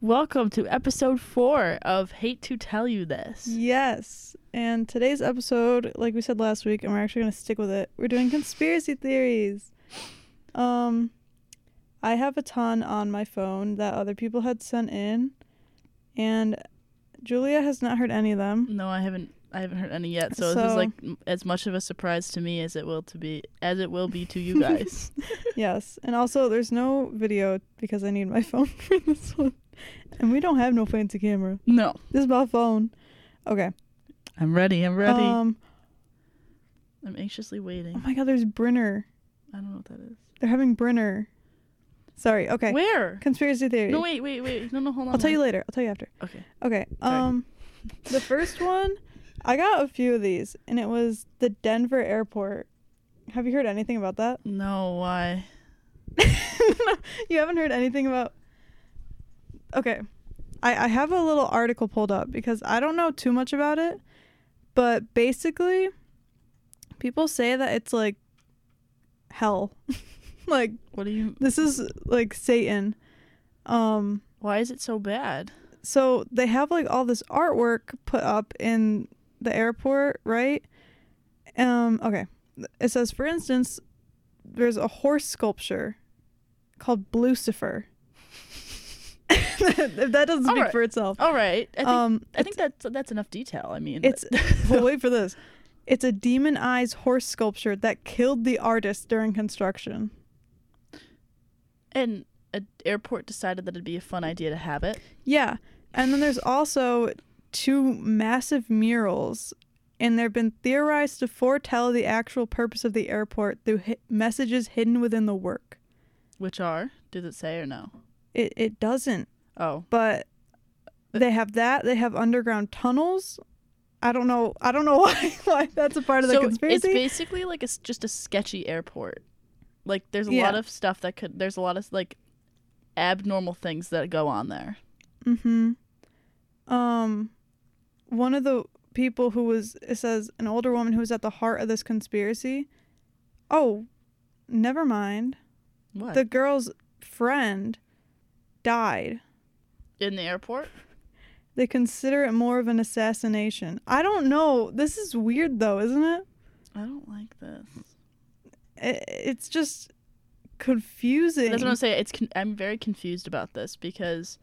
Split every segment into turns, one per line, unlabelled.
Welcome to episode four of Hate to Tell You This.
Yes. And today's episode, like we said last week, and we're actually going to stick with it, we're doing conspiracy theories. Um, I have a ton on my phone that other people had sent in, and Julia has not heard any of them.
No, I haven't. I haven't heard any yet, so, this is
So-
like m- as much of a surprise to me as it will to be as it will be to you guys.
Yes. And also, there's no video because I need my phone for this one. And we don't have no fancy camera.
no,
This is my phone. Okay.
I'm ready. I'm ready.
Um,
I'm anxiously
oh
waiting.
my God, there's Brenner.
I don't know what that is.
They're having Brenner. Sorry. Okay.
Where?
Conspiracy theory.
No, wait, wait, wait. No, no, hold on.
I'll tell you later. I'll tell you after.
Okay.
Okay.
Sorry.
Um, the first one, I got a few of these, and it was the Denver airport. Have you heard anything about that?
No, why?
you haven't heard anything about. Okay, I I have a little article pulled up because I don't know too much about it, but basically, people say that it's like hell, like
What do you?
this is like Satan. Um,
Why is it so bad?
so they have like all this artwork put up in the airport, right? Um, okay. It says, for instance, there's a horse sculpture called Blucifer. if that doesn't
All
speak
right.
for itself.
All right. I think,
Um,
I think that's that's enough detail. I mean,
it's well, wait for this. It's a demon eyes horse sculpture that killed the artist during construction.
and an airport decided that it'd be a fun idea to have it.
Yeah. And then there's also two massive murals, and they've been theorized to foretell the actual purpose of the airport through hi- messages hidden within the work.
Which are? Does it say or no?
It, it doesn't,
Oh,
but they have that. They have underground tunnels. I don't know. I don't know why, why that's a part of the
so it's
conspiracy.
basically like it's just a sketchy airport. Like there's a lot
Yeah.
of stuff that could. There's a lot of like abnormal things that go on there.
hmm Um, one of the people who was it says an older woman who was at the heart of this conspiracy. Oh, never mind.
What
the girl's friend died.
in the airport?
They consider it more of an assassination. I don't know. This is weird though, isn't it?
I don't like this.
I- It's just confusing.
That's what I'm saying. It's con- I'm very confused about this because,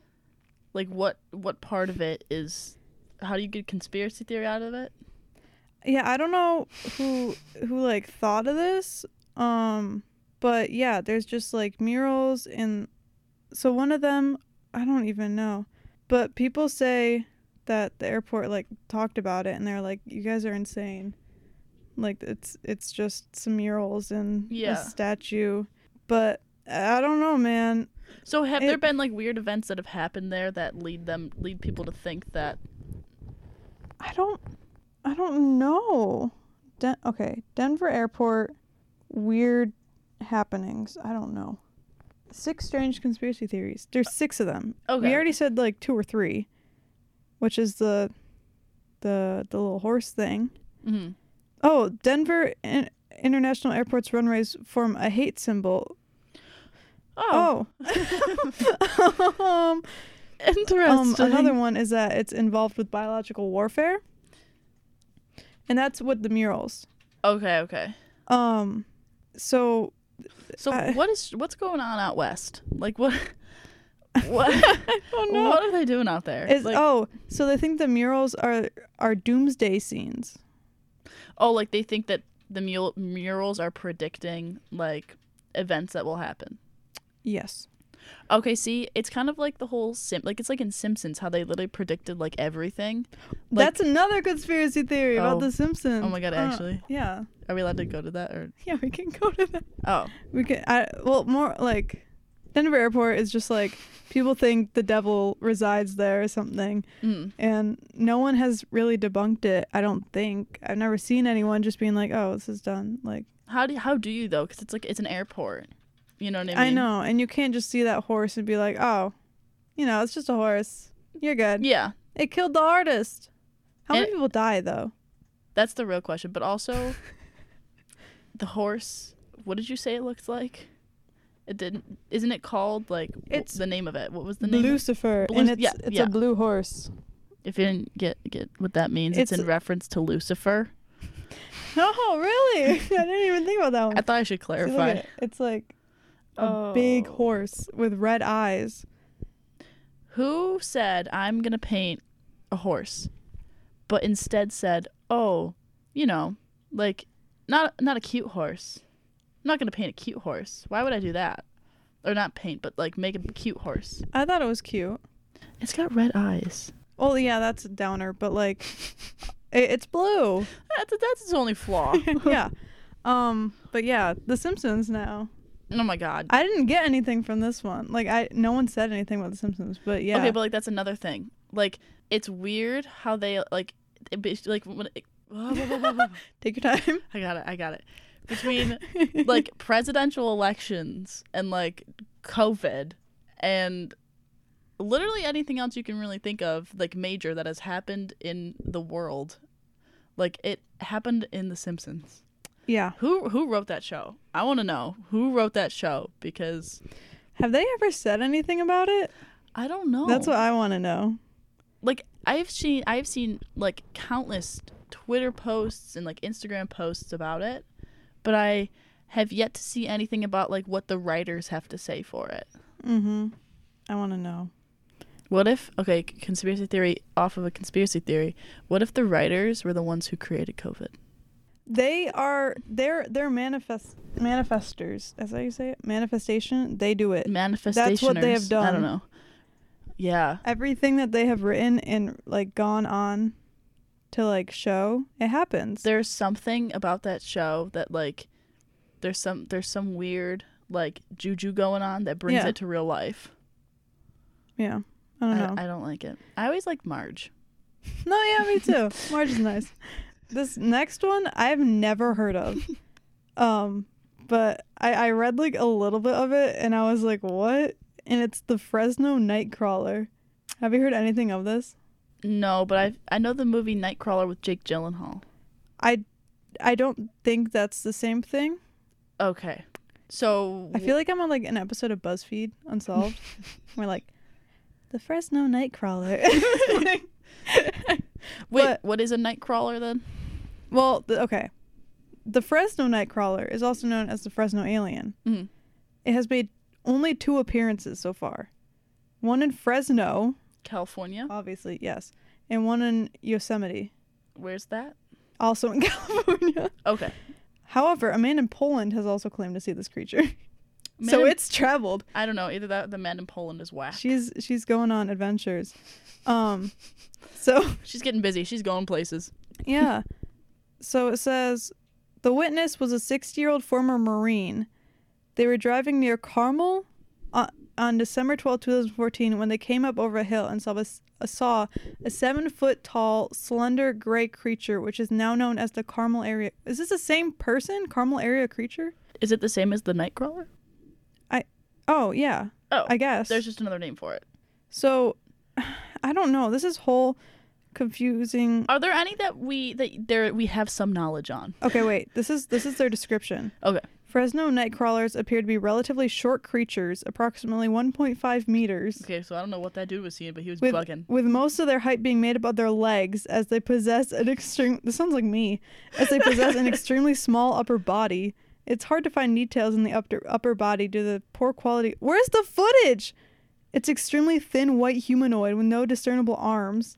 like, what what part of it is? How do you get conspiracy theory out of it?
yeah, I don't know who who like thought of this. Um, but yeah, there's just like murals and so one of them I don't even know. But people say that the airport like talked about it and they're like you guys are insane. Like it's it's just some murals and
Yeah.
a statue. But I don't know, man.
So have there
It-
been like weird events that have happened there that lead them lead people to think that
I don't I don't know. Den- okay, Denver Airport weird happenings. I don't know. Six strange conspiracy theories. There's six of them.
okay
We already said like two or three, which is the the the little horse thing.
hmm
Oh, Denver in- International Airport's runways form a hate symbol.
oh,
Oh. um, um,
interesting
another one is that it's involved with biological warfare. And that's with the murals.
okay okay
Um, so
so
I-
what is what's going on out west like what what
oh
what are they doing out there
Is,
like, oh.
oh, so they think the murals are are doomsday scenes.
oh, like they think that the mule, murals are predicting like events that will happen
Yes.
okay see it's kind of like the whole sim like it's like in simpsons how they literally predicted like everything Like-
That's another conspiracy theory
Oh.
about the Simpsons.
oh my god
Uh,
actually
Yeah.
are we allowed to go to that or
Yeah, we can go to that.
oh
We can I well more like Denver Airport is just like people think the devil resides there or something
mm.
and no one has really debunked it, I don't think. I've never seen anyone just being like, "Oh, this is done." Like,
How do how do you though? Because it's like it's an airport. You know what I mean?
I know, and you can't just see that horse and be like, "Oh, you know, it's just a horse. You're good."
Yeah,
It killed the artist. How
And-
many people die though?
that's the real question. But also, the horse. What did you say it looks like? It didn't. Isn't it called like wh-
It's
the name of it? What was the name? of it?
Lucifer,
Blue-
and it's
yeah,
it's
yeah.
a blue horse.
If you didn't get get what that means, it's,
It's-
in reference to Lucifer.
Oh, really? I didn't even think about that one.
I thought I should
See, look
clarify.
at it. It's like a big
Oh.
horse with red eyes.
Who said I'm gonna paint a horse, but instead said, "Oh, you know, like not not a cute horse. I'm not gonna paint a cute horse. Why would I do that? Or not paint, but like make a cute horse.
I thought it was cute.
It's got red eyes.
Well, yeah, that's a downer, but like, it, it's blue.
That's that's its only flaw.
yeah. Um. But yeah, The Simpsons now.
oh my god.
I didn't get anything from this one. Like, I no one said anything about The Simpsons, but yeah.
Okay, but like that's another thing. Like it's weird how they like it, be- like when it,
Take your time.
I got it. I got it. Between like presidential elections and like COVID and literally anything else you can really think of, like major that has happened in the world. Like it happened in The Simpsons.
yeah.
Who who wrote that show? I want to know who wrote that show because
Have they ever said anything about it?
I don't know.
That's what I want to know.
like I've seen I've seen like countless Twitter posts and like Instagram posts about it, but I have yet to see anything about like what the writers have to say for it.
Mm-hmm. I want to know.
What if okay, c- conspiracy theory off of a conspiracy theory, what if the writers were the ones who created COVID?
They are they're they're manifest manifestors. Is that how you say it? Manifestation. They do it.
Manifestation.
they have
I
done.
don't know. Yeah.
Everything that they have written and like gone on to like show it happens.
There's something about that show that like there's some there's some weird like juju going on that brings
Yeah.
it to real life.
yeah. I don't know.
I, I don't like it. I always like Marge.
No, yeah, me too. Marge is nice. This next one I've never heard of. Um, but I, I read like a little bit of it and I was like, what? And it's the Fresno Nightcrawler. Have you heard anything of this?
No, but I I know the movie Nightcrawler with Jake Gyllenhaal.
I I don't think that's the same thing.
Okay, so
I feel like I'm on like an episode of BuzzFeed Unsolved. We're like the Fresno Nightcrawler.
wait,
but-
what is a Nightcrawler then?
well, the, okay. The Fresno Nightcrawler is also known as the Fresno Alien.
Mm.
It has made only two appearances so far. One in Fresno,
California.
obviously, yes, and one in Yosemite,
Where's that?
also in California.
Okay,
However, a man in Poland has also claimed to see this creature.
Man
so
in-
it's traveled.
I don't know. Either that, or the man in Poland is whack.
She's she's going on adventures. Um so
She's getting busy. She's going places.
Yeah. So it says the witness was a 60 year old former Marine. They were driving near Carmel on, on December 12, 2014, when they came up over a hill and saw a, s- a- saw a seven foot tall, slender gray creature, which is now known as the Carmel area. Is this the same person? Carmel area creature?
Is it the same as the Nightcrawler?
Oh, yeah.
Oh,
I guess.
there's just another name for it.
so I don't know. This is whole confusing.
Are there any that we that there we have some knowledge on?
Okay, wait. This is this is their description.
Okay,
Fresno nightcrawlers appear to be relatively short creatures, approximately 1.5 meters,
okay. So I don't know what that dude was seeing, but he was
with,
bugging.
with most of their height being made up of their legs, as they possess an extreme. This sounds like me. As they possess an extremely small upper body, it's hard to find details in the upper upper body due to the poor quality. Where's the footage? It's extremely thin white humanoid with no discernible arms.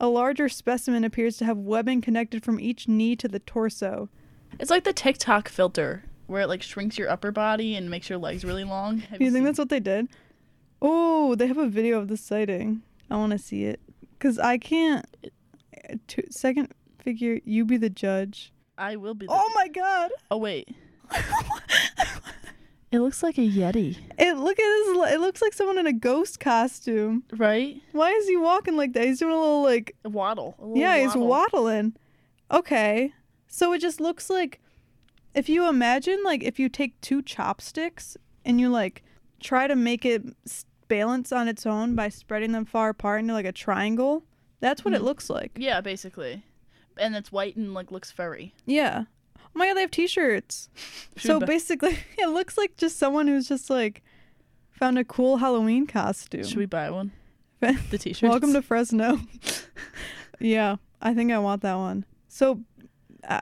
A larger specimen appears to have webbing connected from each knee to the torso.
It's like the TikTok filter where it like shrinks your upper body and makes your legs really long. Have
Do you think
seen-
that's what they did? Oh, they have a video of the sighting. I want to see it because I can't. uh, Two, second figure, you be the judge.
I will be. The-
Oh my god!
Oh wait. It looks like a yeti,
it look at this. li- It looks like someone in a ghost costume.
right?
Why is he walking like that? He's doing a little like
A waddle. a little
yeah, he's
waddle.
waddling. Okay, so it just looks like if you imagine like if you take two chopsticks and you like try to make it s- balance on its own by spreading them far apart into like a triangle. That's what it
Mhm.
looks like.
Yeah, basically, and it's white and like looks furry.
Yeah. Oh my god, they have T-shirts. so
Should-
basically, it looks like just someone who's just like found a cool Halloween costume.
Should we buy one? The t-shirts.
Welcome to Fresno. yeah, I think I want that one. So, I,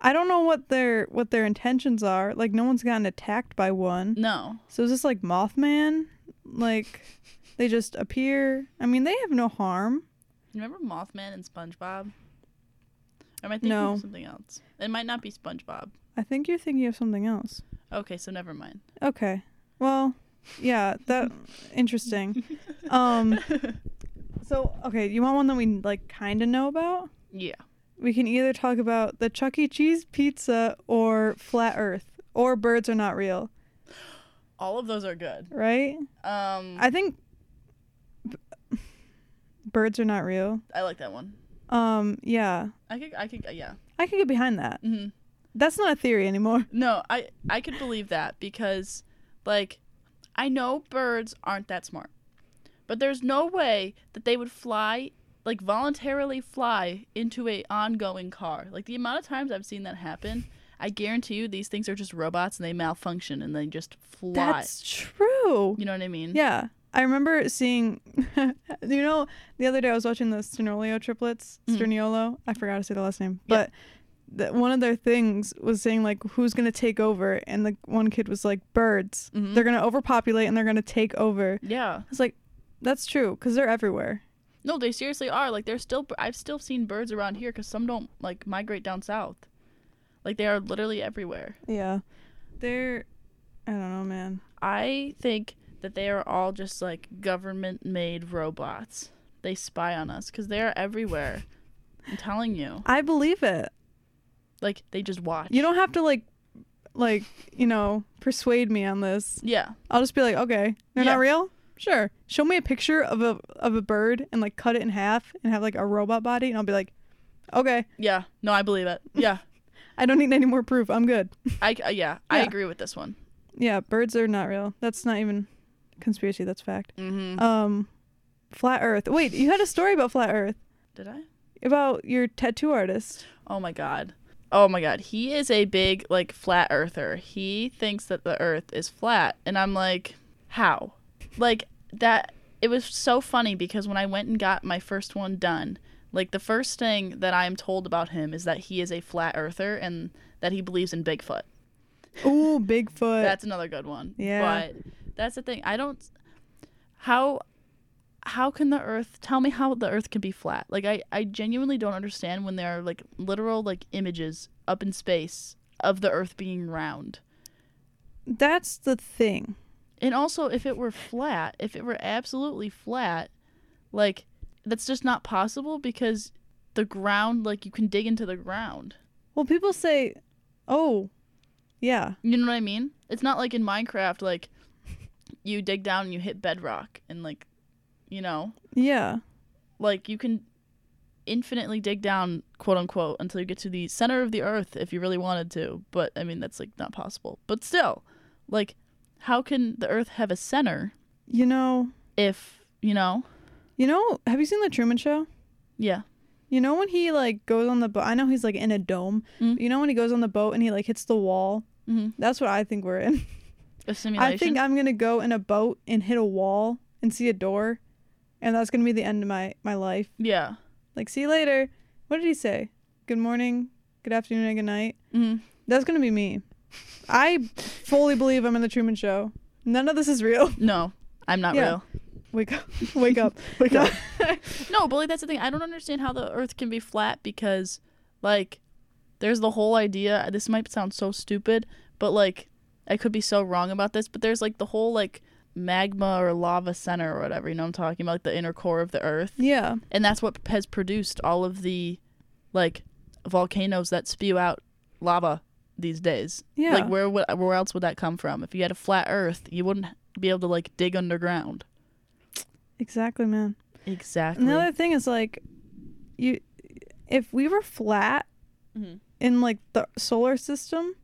I don't know what their what their intentions are. Like, no one's gotten attacked by one.
No.
So is this like Mothman? Like, they just appear. I mean, they have no harm.
Remember Mothman and SpongeBob? Or am I thinking
No.
of something else? It might not be SpongeBob.
I think you're thinking of something else.
Okay, so never mind.
Okay. Well, yeah, that interesting. Um so okay, you want one that we like kind of know about?
Yeah.
We can either talk about the Chuck E. Cheese pizza or flat earth or birds are not real,
All of those are good.
right?
Um I,
I think b- birds are not real.
like that one.
Um yeah.
I could I could yeah.
I could get behind that.
hmm
That's not a theory anymore.
No, I I could believe that because like I know birds aren't that smart. But there's no way that they would fly like voluntarily fly into a ongoing car. Like the amount of times I've seen that happen, I guarantee you these things are just robots and they malfunction and they just fly.
That's true.
you know what I mean?
Yeah. I remember seeing, you know, the other day I was watching the Sternolio triplets,
Mm.
Sternolo. I forgot to say the last name,
Yeah.
but th- one of their things was saying like, who's gonna take over? And the one kid was like, birds.
Mhm.
They're gonna overpopulate and they're gonna take over.
Yeah.
I was like, that's true because they're everywhere.
No, they seriously are. Like they're still. I've still seen birds around here because some don't like migrate down south. Like they are literally everywhere.
Yeah. They're, I don't know, man.
I think that they are all just like government-made robots. They spy on us because they are everywhere. I'm telling you.
I believe it.
Like they just watch.
You don't have to like, like you know, persuade me on this.
Yeah.
I'll just be like, okay, they're
Yeah.
not real. Sure. Show me a picture of a of a bird and like cut it in half and have like a robot body, and I'll be like, okay,
Yeah. No, I believe it. Yeah.
I don't need any more proof. I'm good.
I. Uh, yeah. I
Yeah.
agree with this one.
yeah, birds are not real. That's not even conspiracy. That's fact.
Mm-hmm.
Um, flat Earth. Wait, you had a story about flat Earth
Did I?
about your tattoo artist.
Oh my god. Oh my god. He is a big like flat earther. He thinks that the earth is flat and I'm like, "How?" Like that it was so funny because when I went and got my first one done, like the first thing that I am told about him is that he is a flat earther and that he believes in Bigfoot.
Ooh, Bigfoot.
That's another good one.
Yeah.
But that's the thing. I don't how how can the earth tell me how the earth can be flat? Like I I genuinely don't understand when there are like literal like images up in space of the earth being round.
That's the thing.
And also if it were flat, if it were absolutely flat, like that's just not possible because the ground like you can dig into the ground.
Well, people say, oh, yeah,
You know what I mean? It's not like in Minecraft like you dig down and you hit bedrock and like you know
yeah.
like you can infinitely dig down quote unquote until you get to the center of the earth if you really wanted to but i mean that's like not possible but still like how can the earth have a center
You know,
if you know
you know. Have you seen the Truman Show?
yeah
You know when he like goes on the boat? I know he's like in a dome.
Mm.
You know when he goes on the boat and he like hits the wall?
mm-hmm.
That's what I think we're in.
a simulation
I think I'm gonna go in a boat and hit a wall and see a door, and that's gonna be the end of my my life.
yeah
Like see you later. What did he say? Good morning, good afternoon, and good night.
mm
That's gonna be me. I fully believe I'm in the Truman Show. None of this is real.
no i'm not
Yeah.
real
Wake up! Wake up! wake
up. no but like that's the thing i don't understand how the earth can be flat because like there's the whole idea this might sound so stupid but like i could be so wrong about this but there's like the whole like magma or lava center or whatever you know what i'm talking about like the inner core of the earth
yeah.
and that's what has produced all of the like volcanoes that spew out lava these days
Yeah.
like where would where else would that come from if you had a flat earth you wouldn't be able to like dig underground
exactly, man.
exactly
Another thing is like, you, if we were flat
Mhm.
in like the solar system,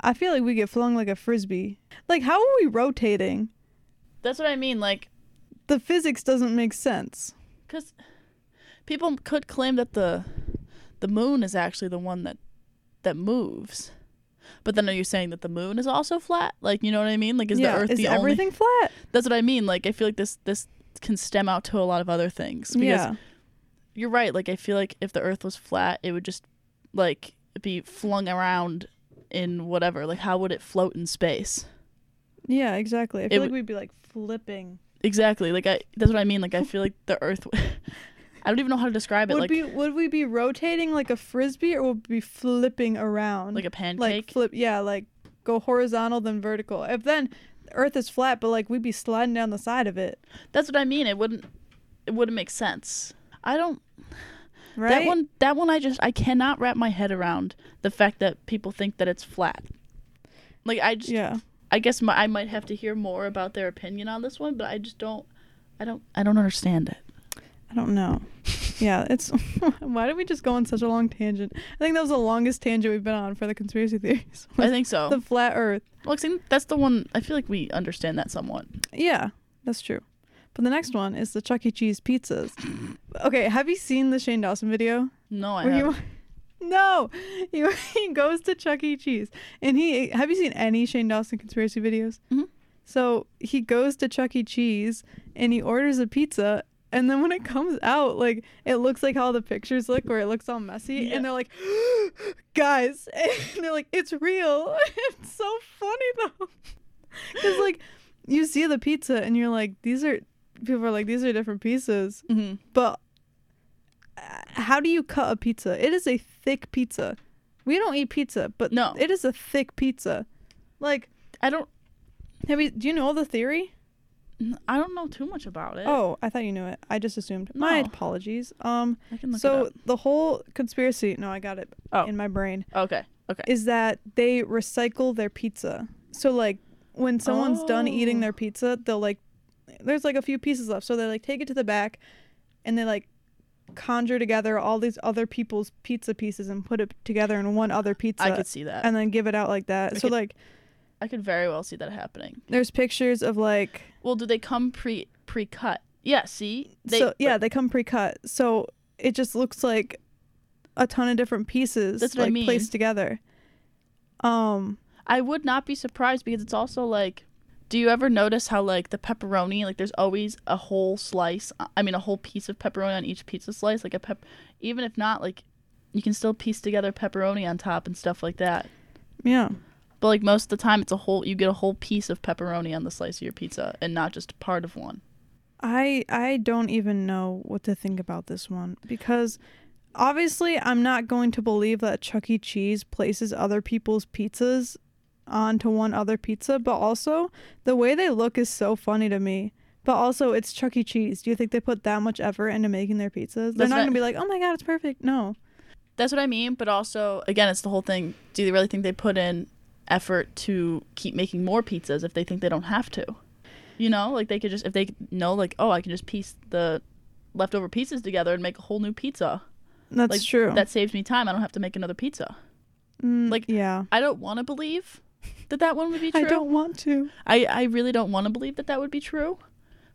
I feel like we get flung like a frisbee. Like, how are we rotating?
that's what i mean like
The physics doesn't make sense.
Because people could claim that the the moon is actually the one that that moves. But then are you saying that the moon is also flat? Like, you know what I mean? Like, is
yeah,
the Earth
is
the only?
everything flat?
That's what I mean. Like, I feel like this this can stem out to a lot of other things. Because
yeah.
you're right. Like, I feel like if the Earth was flat, it would just like be flung around in whatever. Like, how would it float in space?
Yeah, exactly. I feel
would-
like we'd be like flipping.
Exactly. Like, I that's what I mean. Like, I feel like the Earth. I don't even know how to describe it.
Would
like,
be would we be rotating like a frisbee or would we be flipping around?
like a pancake.
like flip yeah, like go horizontal then vertical. If then Earth is flat, but like we'd be sliding down the side of it.
that's what I mean. It wouldn't. It wouldn't make sense. I don't
Right?
That one that one I just I cannot wrap my head around the fact that people think that it's flat. Like I just
Yeah.
I guess my, I might have to hear more about their opinion on this one, but I just don't I don't I don't understand it.
I don't know. Yeah, it's why did we just go on such a long tangent? I think that was the longest tangent we've been on for the conspiracy theories.
I think so.
the flat Earth.
well, I think that's the one I feel like we understand that somewhat.
Yeah, that's true. But the next one is the Chuck E. Cheese pizzas. Okay, have you seen the Shane Dawson video?
No, I
Where he
haven't.
wa- no, he, he goes to Chuck E. Cheese, and he have you seen any Shane Dawson conspiracy videos?
Mhm.
So he goes to Chuck E. Cheese and he orders a pizza, and then when it comes out, like it looks like how the pictures look, where it looks all messy,
Yeah.
and they're like, guys, and they're like, it's real. it's so funny though, because like you see the pizza and you're like, these are people are like these are different pieces,
Mhm.
but uh, how do you cut a pizza? It is a thick pizza. We don't eat pizza, but
No.
it is a thick pizza. Like,
I don't
have you? Do you know the theory?
I don't know too much about it.
Oh, I thought you knew it. I just assumed. My
No.
apologies. Um,
I can look
so
it
the whole conspiracy. No, I got it
Oh.
in my brain.
up. Okay. Okay.
Is that they recycle their pizza? So like, when someone's done eating
Oh.
their pizza, they'll like, there's like a few pieces left, so they like take it to the back, and they like conjure together all these other people's pizza pieces and put it together in one other pizza
I could see that.
and then give it out like
I
that. so
could-
like
I could very well see that happening.
there's pictures of like
Well, do they come pre pre-cut? Yeah, see? They
so yeah, they come pre-cut. So it just looks like a ton of different pieces
That's what I
like
mean.
placed together. Um
I would not be surprised because it's also like, do you ever notice how like the pepperoni, like there's always a whole slice, uh, I mean a whole piece of pepperoni on each pizza slice, like a pep, even if not like, you can still piece together pepperoni on top and stuff like that.
yeah.
But like most of the time, it's a whole, you get a whole piece of pepperoni on the slice of your pizza and not just part of one.
I I don't even know what to think about this one because obviously I'm not going to believe that Chuck E. Cheese places other people's pizzas onto one other pizza, but also the way they look is so funny to me. But also it's Chuck E. Cheese. Do you think they put that much effort into making their pizzas? They're
That's
not
what-
gonna be like, Oh my god, it's perfect. No.
That's what I mean. But also, again, it's the whole thing. Do they really think they put in effort to keep making more pizzas if they think they don't have to? You know, like they could just, if they know, like, oh, I can just piece the leftover pieces together and make a whole new pizza.
That's
Like,
true.
That saves me time. I don't have to make another pizza.
Mm,
like,
Yeah.
I don't want to believe that that one would be true.
I don't want to.
I, I really don't want to believe that that would be true.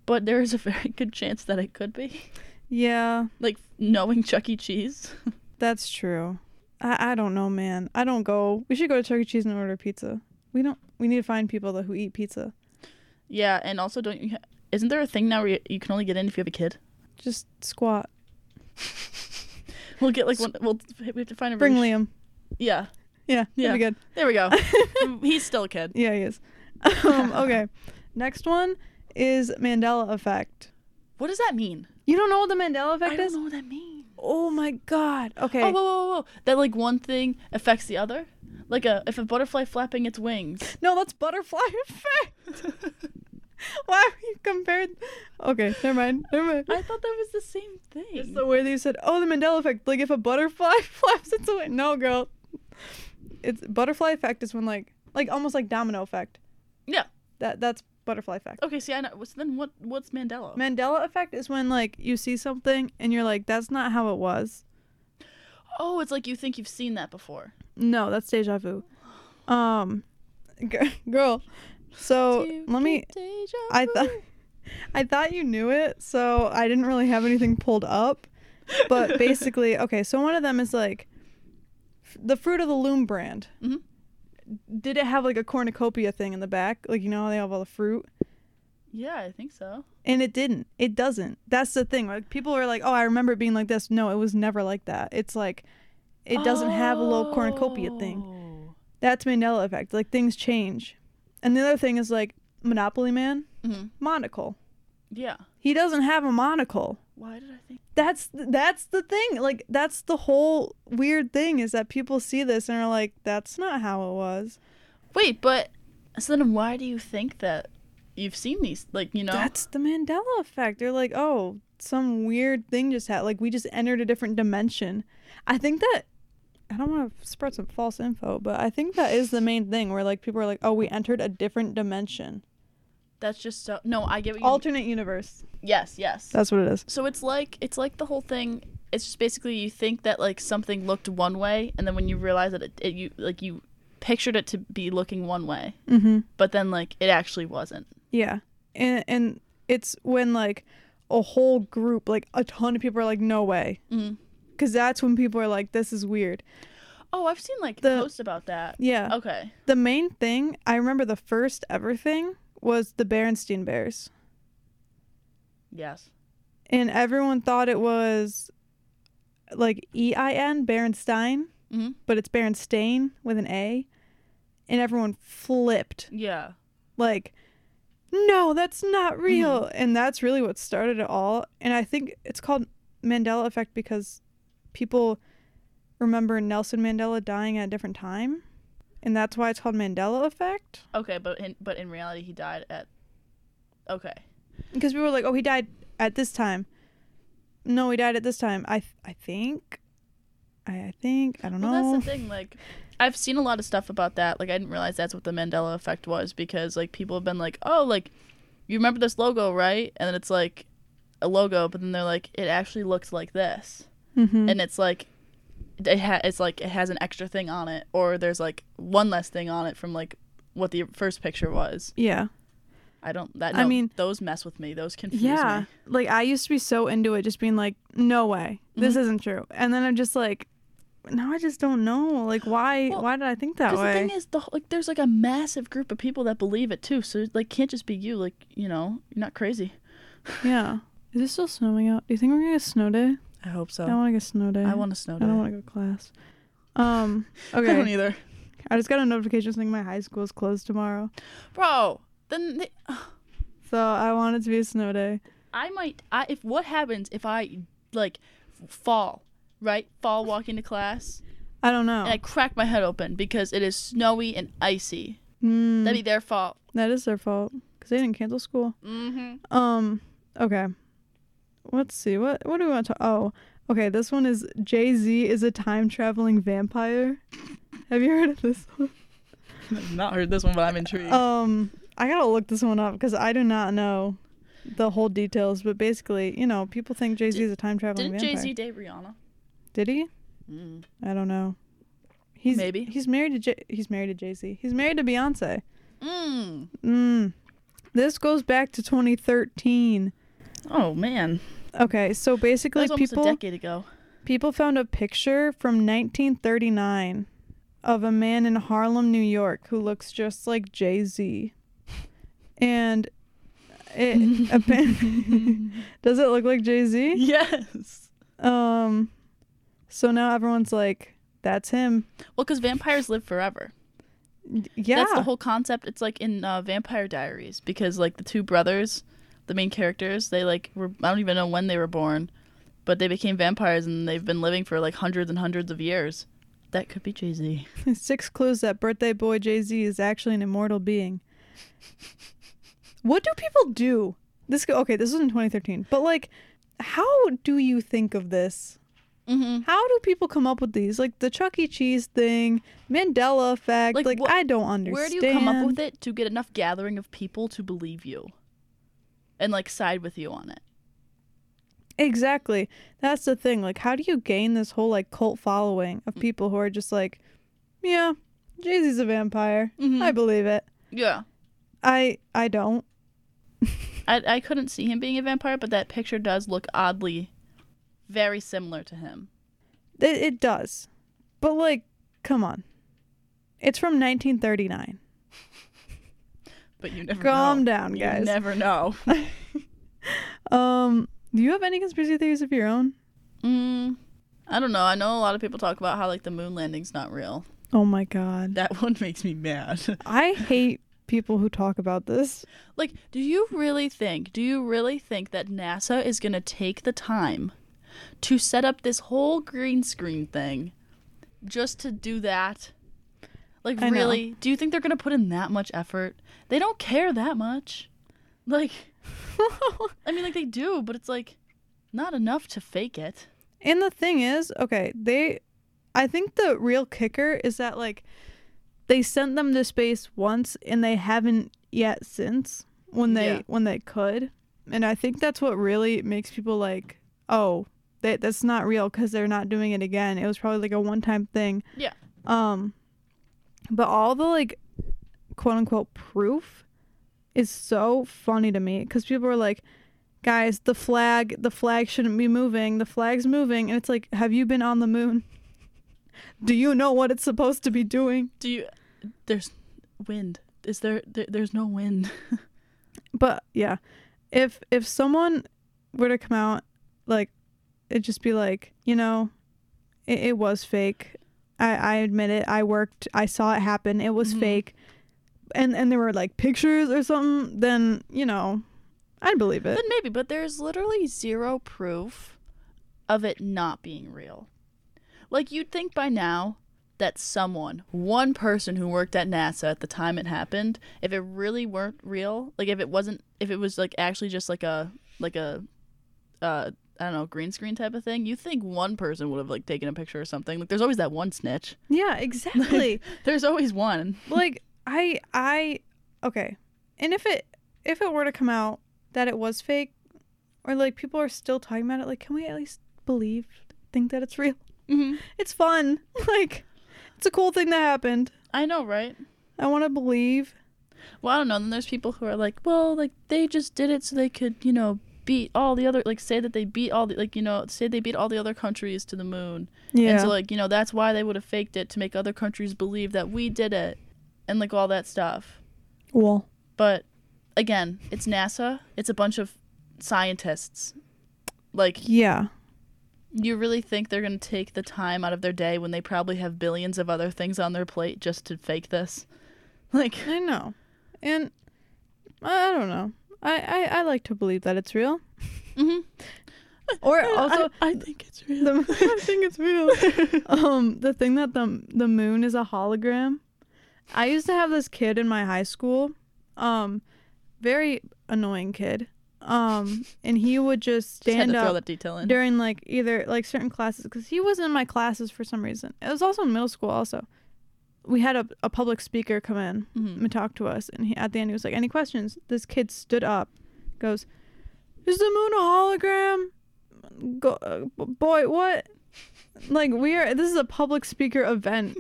But there is a very good chance that it could be.
Yeah.
Like, knowing Chuck E. Cheese.
That's true. I, I don't know, man. I don't go. We should go to Chuck E. Cheese and order pizza. We don't. We need to find people that who eat pizza.
yeah, and also, don't you. Ha- isn't there a thing now where you, you can only get in if you have a kid?
Just squat.
We'll get like one. We'll we have to find a
Bring
really sh-
Liam.
Yeah,
Yeah.
Yeah.
Yeah. Be good.
there we go. Mm, He's still a kid.
Yeah, he is. Um, okay. Next one is Mandela effect.
What does that mean?
You don't know what the Mandela
I
effect
don't
is?
know what that means.
Oh my god. Okay.
Oh, whoa, whoa, whoa! That like one thing affects the other. Like a if a butterfly flapping its wings.
No, that's butterfly effect. Why are you compared? Okay, never mind. Never mind.
I thought that was the same thing.
It's the way that you said, "Oh, the Mandela effect." Like if a butterfly flaps its wings. No, girl. It's butterfly effect is when like like almost like domino effect.
yeah.
That that's butterfly effect.
Okay. See, I know. So then what? What's Mandela?
Mandela effect is when like you see something and you're like, "That's not how it was."
oh, it's like you think you've seen that before.
No, that's deja vu. Um, g- girl. So
Do you
Oh, let me.
get deja
I thought
vu?
I thought you knew it, so I didn't really have anything pulled up. But basically, okay, so one of them is like the Fruit of the Loom brand.
Mhm.
Did it have like a cornucopia thing in the back? Like you know how they have all the fruit,
Yeah, I think so.
and it didn't. It doesn't. That's the thing. Like people are like, "Oh, I remember it being like this." No, it was never like that. It's like it doesn't have a little cornucopia thing.
Oh.
That's Mandela effect. Like things change. And the other thing is like Monopoly Man,
Mhm.
monocle.
Yeah.
He doesn't have a monocle.
Why did I think?
That's that's the thing. Like that's the whole weird thing is that people see this and are like, that's not how it was.
Wait, but so then why do you think that you've seen these? Like, you know,
That's the Mandela effect. They're like, oh, some weird thing just happened. Like we just entered a different dimension. I think that I don't want to spread some false info, but I think that is the main thing where like people are like, oh, we entered a different dimension,
that's just so. No, I get what you.
alternate universe.
yes, yes.
That's what it is.
So it's like it's like the whole thing. It's just basically you think that like something looked one way, and then when you realize that it, it you like you pictured it to be looking one way,
Mm-hmm.
but then like it actually wasn't.
Yeah. And and it's when like a whole group, like a ton of people are like, no way.
Mhm.
Cause that's when people are like, this is weird.
Oh, I've seen like
The-
posts about that.
Yeah.
Okay.
The main thing, I remember the first ever thing was the Berenstein Bears.
Yes.
And everyone thought it was like E I N, Berenstein,
Mhm.
but it's Berenstain with an A. And everyone flipped.
Yeah.
like no that's not real and that's really what started it all and i think it's called mandela effect because people remember nelson mandela dying at a different time and that's why it's called mandela effect
Okay, but in but in reality, he died at. Okay.
because we were like oh he died at this time no he died at this time i th- i think i, I think i don't
Well,
know
that's the thing. Like, I've seen a lot of stuff about that. Like, I didn't realize that's what the Mandela effect was because, like, people have been like, oh, like, you remember this logo, right? And then it's like a logo, but then they're like, it actually looks like this.
Mhm.
And it's like, it ha- it's like it has an extra thing on it, or there's like one less thing on it from like what the first picture was.
yeah
I don't, that,
I
no,
mean-
those mess with me. Those confuse
Yeah.
me.
Like I used to be so into it, just being like, no way, this
Mm-hmm.
isn't true. And then I'm just like, now I just don't know. Like why?
Well,
why did I think that
Because the
way?
thing is, the whole- like, there's like a massive group of people that believe it too. So like, can't just be you. Like, you know, you're not crazy.
yeah. Is it still snowing out? Do you think we're gonna get a snow day?
I hope so.
I want to get a snow day.
Oh. I want a snow
I
day.
don't want to go to class. Um.
I don't e-
Okay.
either.
I just got a notification saying my high school is closed tomorrow,
Bro, then they,
so I want it to be a snow day.
I might. I if what happens if I like f- fall, right? Fall walking to class
I don't know.
and I crack my head open because it is snowy and icy.
Mm,
That'd be their fault.
that is their fault because they didn't cancel school.
Mm-hmm.
Um. Okay. Let's see. What What do we want to? Oh. Okay. This one is Jay Z is a time traveling vampire. Have you heard of this one?
I've not heard this one, but I'm intrigued.
Um. I gotta look this one up because I do not know the whole details. But basically, you know, people think Jay Z is a time traveling
Didn't
vampire.
Jay Z date Rihanna?
Did he?
Mm.
I don't know. He's
Maybe.
he's married to J- he's married to Jay Z. He's married to Beyonce.
Mm.
Mm. This goes back to 2013.
Oh man,
Okay, so
that
basically,
was almost
people
a decade ago.
People found a picture from 1939 of a man in Harlem, New York, who looks just like Jay Z. And it apparently, does it look like Jay Z?
Yes.
Um, so now everyone's like, "That's him."
Well, because vampires live forever.
Yeah,
That's the whole concept. It's like in uh, Vampire Diaries because like the two brothers, the main characters, they like were I don't even know when they were born, but they became vampires and they've been living for like hundreds and hundreds of years. That could be Jay Z.
six clues that birthday boy Jay Z is actually an immortal being. What do people do? This go- okay. This was in 2013, but like, how do you think of this?
Mm-hmm.
How do people come up with these? Like the Chuck E. Cheese thing, Mandela effect.
Like,
Like,
wh-
I don't understand.
Where do you come up with it to get enough gathering of people to believe you, and like side with you on it?
Exactly. That's the thing. Like, how do you gain this whole like cult following
Mm.
of people who are just like, yeah, Jay Z's a vampire.
Mhm.
I believe it.
Yeah,
I I don't.
I I couldn't see him being a vampire, but that picture does look oddly, very similar to him.
It, it does, but like, Come on. It's from 1939.
But you never
Calm
know.
down,
You
guys.
never know.
um, do you have any conspiracy theories of your own?
mm, I don't know. I know a lot of people talk about how like the moon landing's not real.
Oh my god.
That one makes me mad.
I hate people who talk about this.
Like, do you really think, do you really think that NASA is going to take the time to set up this whole green screen thing just to do that? Like,
I know.
really? Do you think they're going to put in that much effort? They don't care that much. Like, I mean, like, they do, but it's like not enough to fake it.
And the thing is, okay, they I think the real kicker is that like they sent them to space once and they haven't yet since when they
Yeah.
when they could. And I think that's what really makes people like, oh, that that's not real cuz they're not doing it again. It was probably like a one-time thing.
Yeah.
Um but all the like quote-unquote proof is so funny to me cuz people are like guys the flag the flag shouldn't be moving the flag's moving and it's like have you been on the moon do you know what it's supposed to be doing
Do you, there's wind. Is there, there there's no wind.
but yeah if if someone were to come out like it'd just be like you know it, it was fake i i admit it i worked i saw it happen it was
Mhm.
fake and and there were like pictures or something then you know i'd believe it
Then maybe, but there's literally zero proof of it not being real. Like you'd think by now that someone, one person who worked at NASA at the time it happened, if it really weren't real, like if it wasn't if it was like actually just like a like a uh I don't know, green screen type of thing. You think one person would have like taken a picture or something. Like there's always that one snitch.
yeah exactly
There's always one.
like i i okay and if it if it were to come out that it was fake or like people are still talking about it like can we at least believe think that it's real
Mm-hmm.
it's fun like it's a cool thing that happened
I know, right?
i want to believe
Well, I don't know. And then there's people who are like, well, like they just did it so they could, you know, beat all the other, like say that they beat all the, like you know, say they beat all the other countries to the moon,
yeah
and so like you know that's why they would have faked it to make other countries believe that we did it, and like all that stuff.
well
But again, it's NASA. It's a bunch of scientists. Like
yeah
you really think they're gonna take the time out of their day when they probably have billions of other things on their plate just to fake this? Like
i know and i I don't know I, I i like to believe that it's real
mhm.
or
I-
also
I, I think it's real.
the, I think it's real. um, the thing that the the moon is a hologram. I used to have this kid in my high school, um, very annoying kid, um, and he would
Just
just
had
stand
to throw
up
that detail in.
during like either like certain classes because he wasn't in my classes for some reason. It was also in middle school. Also, we had a, a public speaker come in
Mhm.
and talk to us, and he, at the end he was like, "Any questions?" This kid stood up, goes, "Is the moon a hologram?" Go, uh, b- boy, what? Like we are. This is a public speaker event,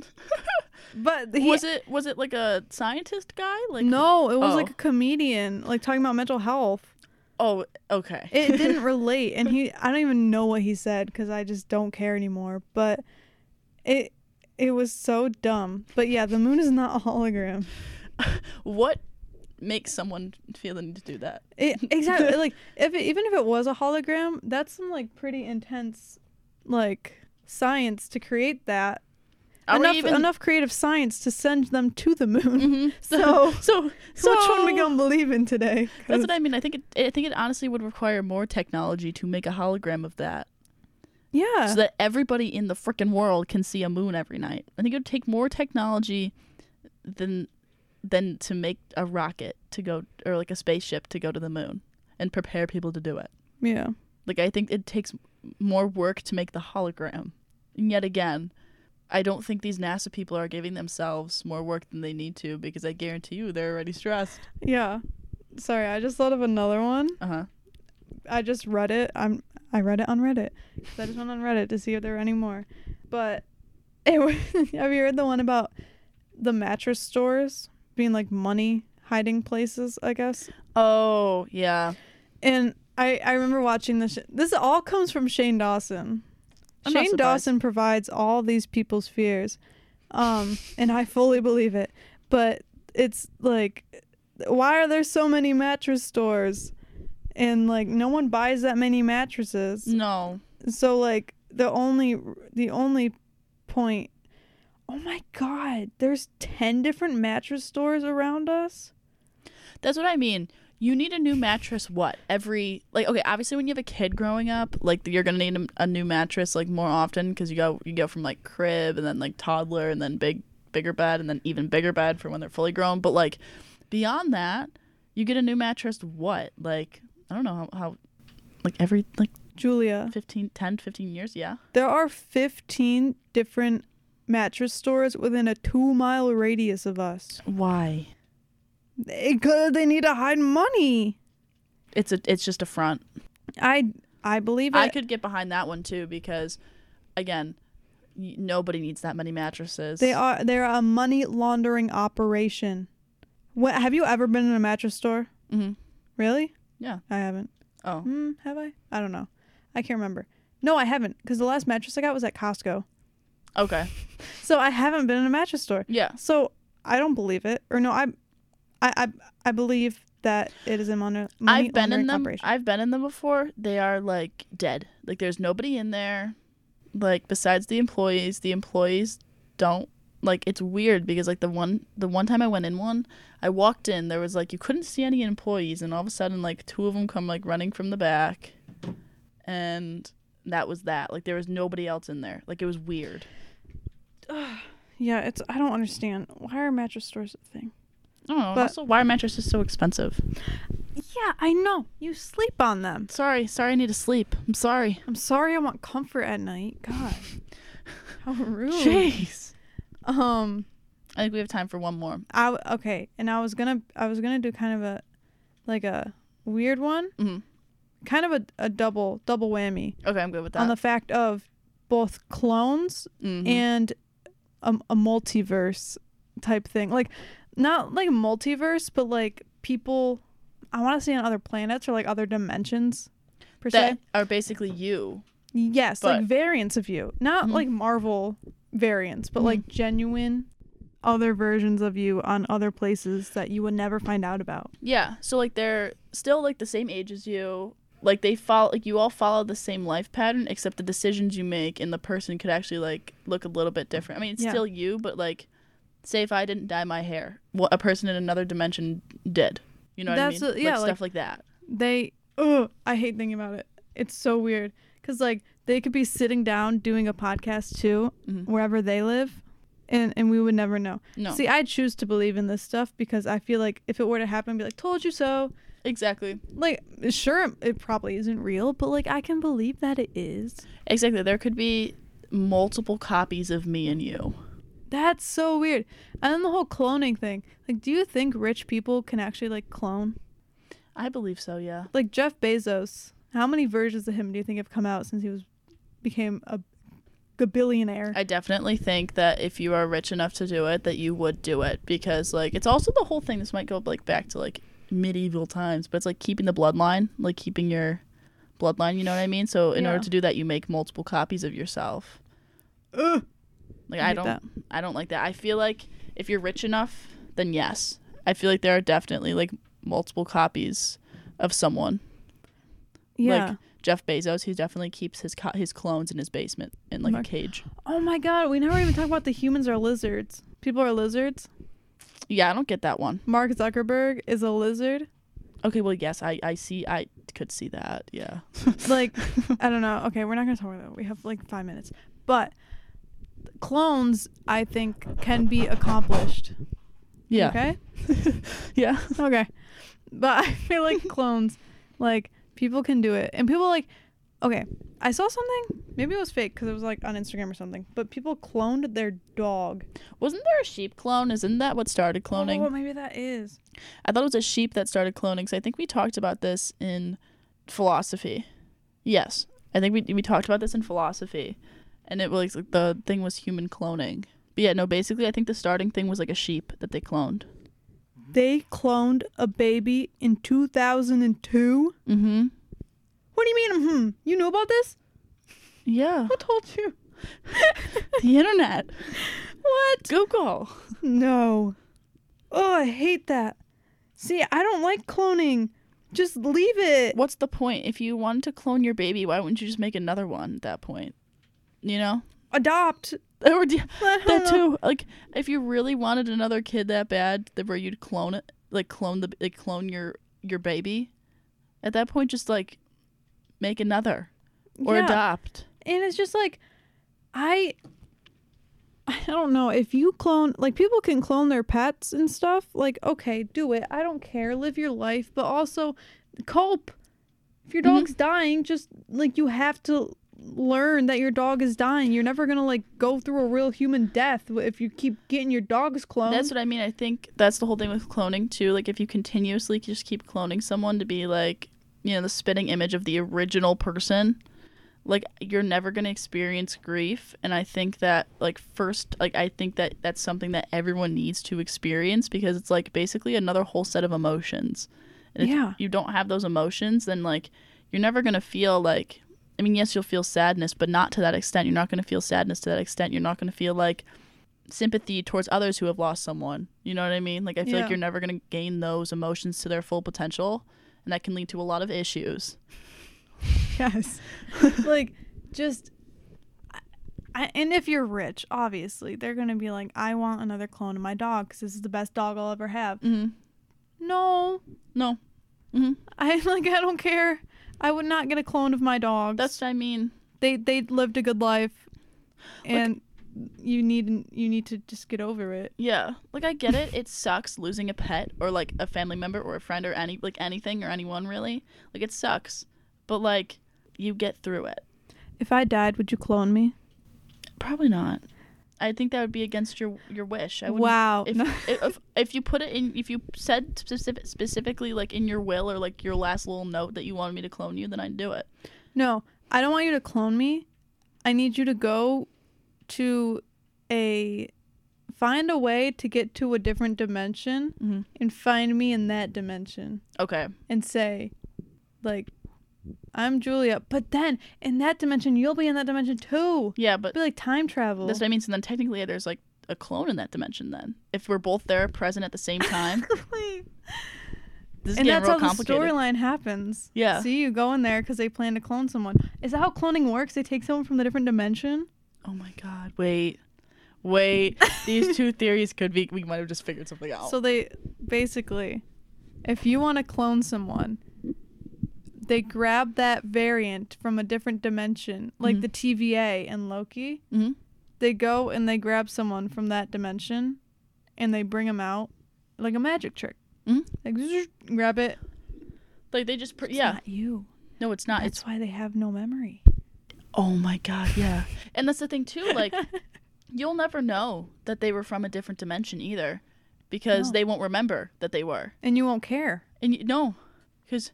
but he
was it was it like a scientist guy? Like
no, it was
Oh.
like a comedian, like talking about mental health.
Oh, okay.
It didn't relate, and he I don't even know what he said because I just don't care anymore. But it it was so dumb. But yeah, the moon is not a hologram.
what makes someone feel the need to do that?
It, exactly. like if it, even if it was a hologram, that's some like pretty intense like science to create that.
Are we
enough
even-
enough creative science to send them to the moon.
Mhm. So
So, Mm-hmm. so
so
which one we gonna believe in today? 'Cause-
That's what I mean. I think it I think it honestly would require more technology to make a hologram of that,
yeah.
so that everybody in the freaking world can see a moon every night. I think it would take more technology than than to make a rocket to go or like a spaceship to go to the moon and prepare people to do it.
yeah.
Like I think it takes more work to make the hologram. And yet again, I don't think these NASA people are giving themselves more work than they need to because I guarantee you they're already stressed.
Yeah. Sorry, I just thought of another one.
Uh-huh.
I just read it. I'm I read it on Reddit 'cause I just went on Reddit to see if there were any more. But it was, have you heard the one about the mattress stores being like money hiding places? I guess.
Oh, yeah.
And I I remember watching this. This all comes from Shane Dawson.
I'm not
Shane
surprised.
Dawson provides all these people's fears. um, and I fully believe it. But it's like, why are there so many mattress stores? And like, no one buys that many mattresses.
No.
So like, the only the only point. Oh my God! There's ten different mattress stores around us.
That's what I mean. You need a new mattress, what? Every, like, okay, obviously when you have a kid growing up, like, you're going to need a, a new mattress, like, more often because you go, you go from, like, crib and then, like, toddler and then big, bigger bed and then even bigger bed for when they're fully grown. But, like, beyond that, you get a new mattress, what? Like, I don't know how, how like, every, like,
Julia,
15, 10, 15 years? Yeah.
there are fifteen different mattress stores within a two mile radius of us.
Why?
Because they need to hide money.
It's a, it's just a front.
I I believe it.
I could get behind that one too because, again, y- nobody needs that many mattresses.
They are they're a money laundering operation. What have you ever been in a mattress store?
Mhm.
Really?
Yeah.
I haven't.
Oh.
Hmm, have I? I don't know. I can't remember. No, I haven't because the last mattress I got was at Costco.
Okay.
So I haven't been in a mattress store.
Yeah.
So I don't believe it. Or no, I I I, I believe that it is a mon- money
I've been
laundering
in them.
operation.
I've been in them before. They are like dead. Like there's nobody in there. Like besides the employees, the employees don't like it's weird because like the one the one time I went in one, I walked in, there was like you couldn't see any employees and all of a sudden like two of them come like running from the back and that was that. Like there was nobody else in there. Like it was weird.
yeah, it's I don't understand why are mattress stores a thing.
I don't know.
But-
also why are mattresses so expensive?
Yeah, I know. You sleep on them.
Sorry, sorry I need to sleep. I'm sorry.
I'm sorry I want comfort at night. God. How rude.
Jeez.
Um
I think we have time for one more.
I w- okay, and I was going to I was going to do kind of a like a weird one,
Mhm.
kind of a, a double double whammy
Okay, I'm good with that.
on the fact of both clones
Mhm.
and a, a multiverse type thing. Like not like multiverse, but like people I want to say on other planets or like other dimensions per se.
that are basically you.
Yes,
But-
like variants of you. Not
Mhm.
like Marvel variants, but
Mm-hmm.
like genuine other versions of you on other places that you would never find out about.
Yeah. So like they're still like the same age as you. Like they follow like you all follow the same life pattern except the decisions you make and the person could actually like look a little bit different. I mean, it's
Yeah.
still you, but like say if I didn't dye my hair, what a person in another dimension did. You know what
That's
I mean?
a- yeah,
like,
like-
stuff like that.
They ugh, I hate thinking about it. It's so weird cuz like they could be sitting down doing a podcast too
Mhm.
wherever they live and and we would never know.
No.
See, I choose to believe in this stuff because I feel like if it were to happen I'd be like told you so.
exactly.
Like sure it probably isn't real, but like I can believe that it is.
Exactly. There could be multiple copies of me and you.
That's so weird. And then the whole cloning thing. Like, do you think rich people can actually like clone?
I believe so, yeah.
Like Jeff Bezos. How many versions of him do you think have come out since he was became a, a billionaire?
I definitely think that if you are rich enough to do it, that you would do it because like it's also the whole thing. This might go like back to like medieval times, but it's like keeping the bloodline, like keeping your bloodline. You know what I mean? So in
Yeah.
order to do that, you make multiple copies of yourself.
Ugh.
Like
I
I
hate
don't,
that.
I don't like that. I feel like if you're rich enough, then yes, I feel like there are definitely like multiple copies of someone.
yeah.
Like Jeff Bezos, he definitely keeps his co- his clones in his basement in like
Mar-
a cage.
oh my god, we never even talk about the humans are lizards. People are lizards.
Yeah, I don't get that one.
Mark Zuckerberg is a lizard.
Okay, well, yes, I, I see, I could see that. Yeah.
Like, I don't know. Okay, we're not gonna talk about that. We have like five minutes. But clones, I think, can be accomplished.
yeah.
Okay.
Yeah.
okay. But I feel like clones, like people can do it, and people like, okay, I saw something. Maybe it was fake because it was like on Instagram or something. But people cloned their dog.
Wasn't there a sheep clone? Isn't that what started cloning?
Oh, maybe that is.
I thought it was a sheep that started cloning. So I think we talked about this in philosophy. Yes. I think we, we talked about this in philosophy. And it was like the thing was human cloning. But yeah, no, basically, I think the starting thing was like a sheep that they cloned.
They cloned a baby in 2002.
Mm hmm.
What do you mean? Hmm. You knew about this?
Yeah.
Who told you?
the internet.
What?
Google.
No. Oh, I hate that. See, I don't like cloning. Just leave it.
What's the point? If you wanted to clone your baby, why wouldn't you just make another one at that point? You know?
Adopt.
Or do,
Let her
that too. Like, if you really wanted another kid that bad, that where you'd clone it, like clone the, like clone your your baby, at that point, just like make another or
Yeah.
adopt.
and it's just like i i don't know if you clone like people can clone their pets and stuff like okay do it i don't care live your life but also cope if your
Mhm.
dog's dying just like you have to learn that your dog is dying you're never gonna like go through a real human death w- if you keep getting your dog's cloned
That's what I mean. I think that's the whole thing with cloning too. Like, if you continuously just keep cloning someone to be like, you know, the spitting image of the original person, like you're never gonna experience grief. And I think that like first, like I think that that's something that everyone needs to experience because it's like basically another whole set of emotions. And if
Yeah.
you don't have those emotions, then like you're never gonna feel like. I mean, yes, you'll feel sadness, but not to that extent. You're not gonna feel sadness to that extent. You're not gonna feel like sympathy towards others who have lost someone. You know what I mean? Like I feel
Yeah.
like you're never going to gain those emotions to their full potential and that can lead to a lot of issues.
yes like just I- I, and if you're rich obviously they're gonna be like i want another clone of my dog because this is the best dog i'll ever have
Mhm.
No,
No. Mhm.
I like I don't care. I would not get a clone of my dog.
That's what I mean.
they they lived a good life, and you need you need to just get over it.
Yeah. Like I get it. It sucks losing a pet or like a family member or a friend or any like anything or anyone really. Like it sucks. But like you get through it.
If I died, would you clone me?
Probably not. I think that would be against your your wish. I wouldn't
Wow.
if,
No.
if if you put it in if you said specific, specifically like in your will or like your last little note that you wanted me to clone you then i'd do it
no, I don't want you to clone me. I need you to go to a find a way to get to a different dimension
Mhm.
and find me in that dimension.
okay
and say, like, I'm Julia, but then in that dimension, you'll be in that dimension too.
yeah but
It'd be like time travel.
that's what i mean so then technically there's like a clone in that dimension then if we're both there present at the same time this is getting
and that's
real
how the
complicated
storyline happens.
Yeah.
See, you go in there because they plan to clone someone. Is that how cloning works? They take someone from the different dimension?
oh my god wait wait these two theories could be we might have just figured something out
So they basically, if you want to clone someone, they grab that variant from a different dimension, like
Mhm.
the TVA and Loki.
Mhm.
they go and they grab someone from that dimension and they bring them out like a magic trick.
Mhm.
Like, zzz, grab it.
like they just pr- yeah
Not you.
no it's not
That's
it's
why they have no memory.
oh my god yeah and that's the thing too like you'll never know that they were from a different dimension either because
No.
they won't remember that they were
and you won't care.
and you no because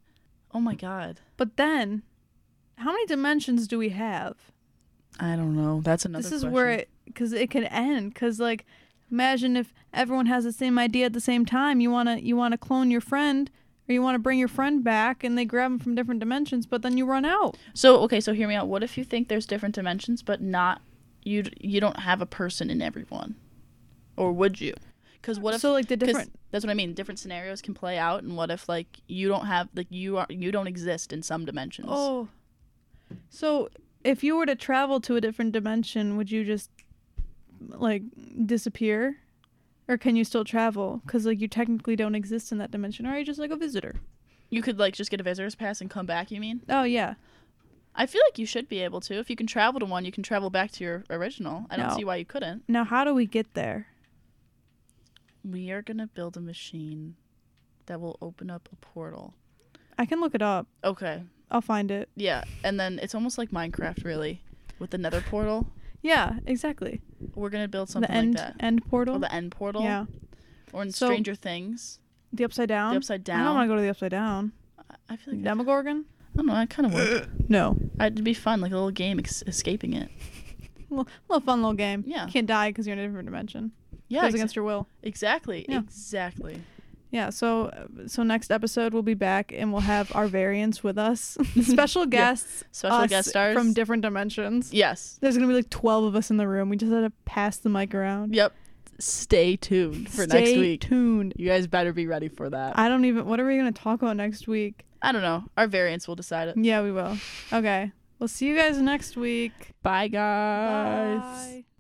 oh my god
But then, how many dimensions do we have?
i don't know that's another
this is where it, because it can end. Because like, imagine if everyone has the same idea at the same time. You wanna you wanna clone your friend, or you wanna bring your friend back, and they grab them from different dimensions. But then you run out.
so okay so hear me out what if you think there's different dimensions but not you you don't have a person in everyone or would you because what if
so like the
'cause
different
that's what i mean different scenarios can play out and what if like you don't have like you are you don't exist in some dimensions
Oh. So if you were to travel to a different dimension, would you just like disappear? Or can you still travel? Because like you technically don't exist in that dimension, or are you just like a visitor?
you could like just get a visitor's pass and come back you mean
Oh yeah.
I feel like you should be able to. If you can travel to one, you can travel back to your original. I don't
No.
see why you couldn't.
Now how do we get there?
We are going to build a machine that will open up a portal.
I can look it up.
Okay.
I'll find it.
Yeah. And then it's almost like Minecraft, really, with the nether portal.
Yeah, exactly.
We're going to build something
the end
like that.
end portal.
Or the end portal.
Yeah.
Or in
So-
Stranger Things,
The upside down.
the upside
I
down. I,
don't want to go to the upside down.
I feel like that-
Demogorgon?
I don't know. I kind of would.
No.
I'd be fun, like a little game ex- escaping it.
Little, little fun little game.
Yeah.
Can't die because you're in a different dimension.
Yeah.
Goes
exa-
against your will.
exactly.
Yeah.
Exactly.
Yeah, so uh, so next episode we'll be back and we'll have our variants with us, special guests,
Special
us
guest stars
from different dimensions.
Yes.
There's gonna be like twelve of us in the room. We just had to pass the mic around.
Yep. Stay tuned for
Stay
next week.
tuned.
You guys better be ready for that. I,
I don't even. What are we gonna talk about next week?
don't know. Our variants will decide it.
Yeah, we will. Okay, we'll see you guys next week.
Bye guys.
Bye.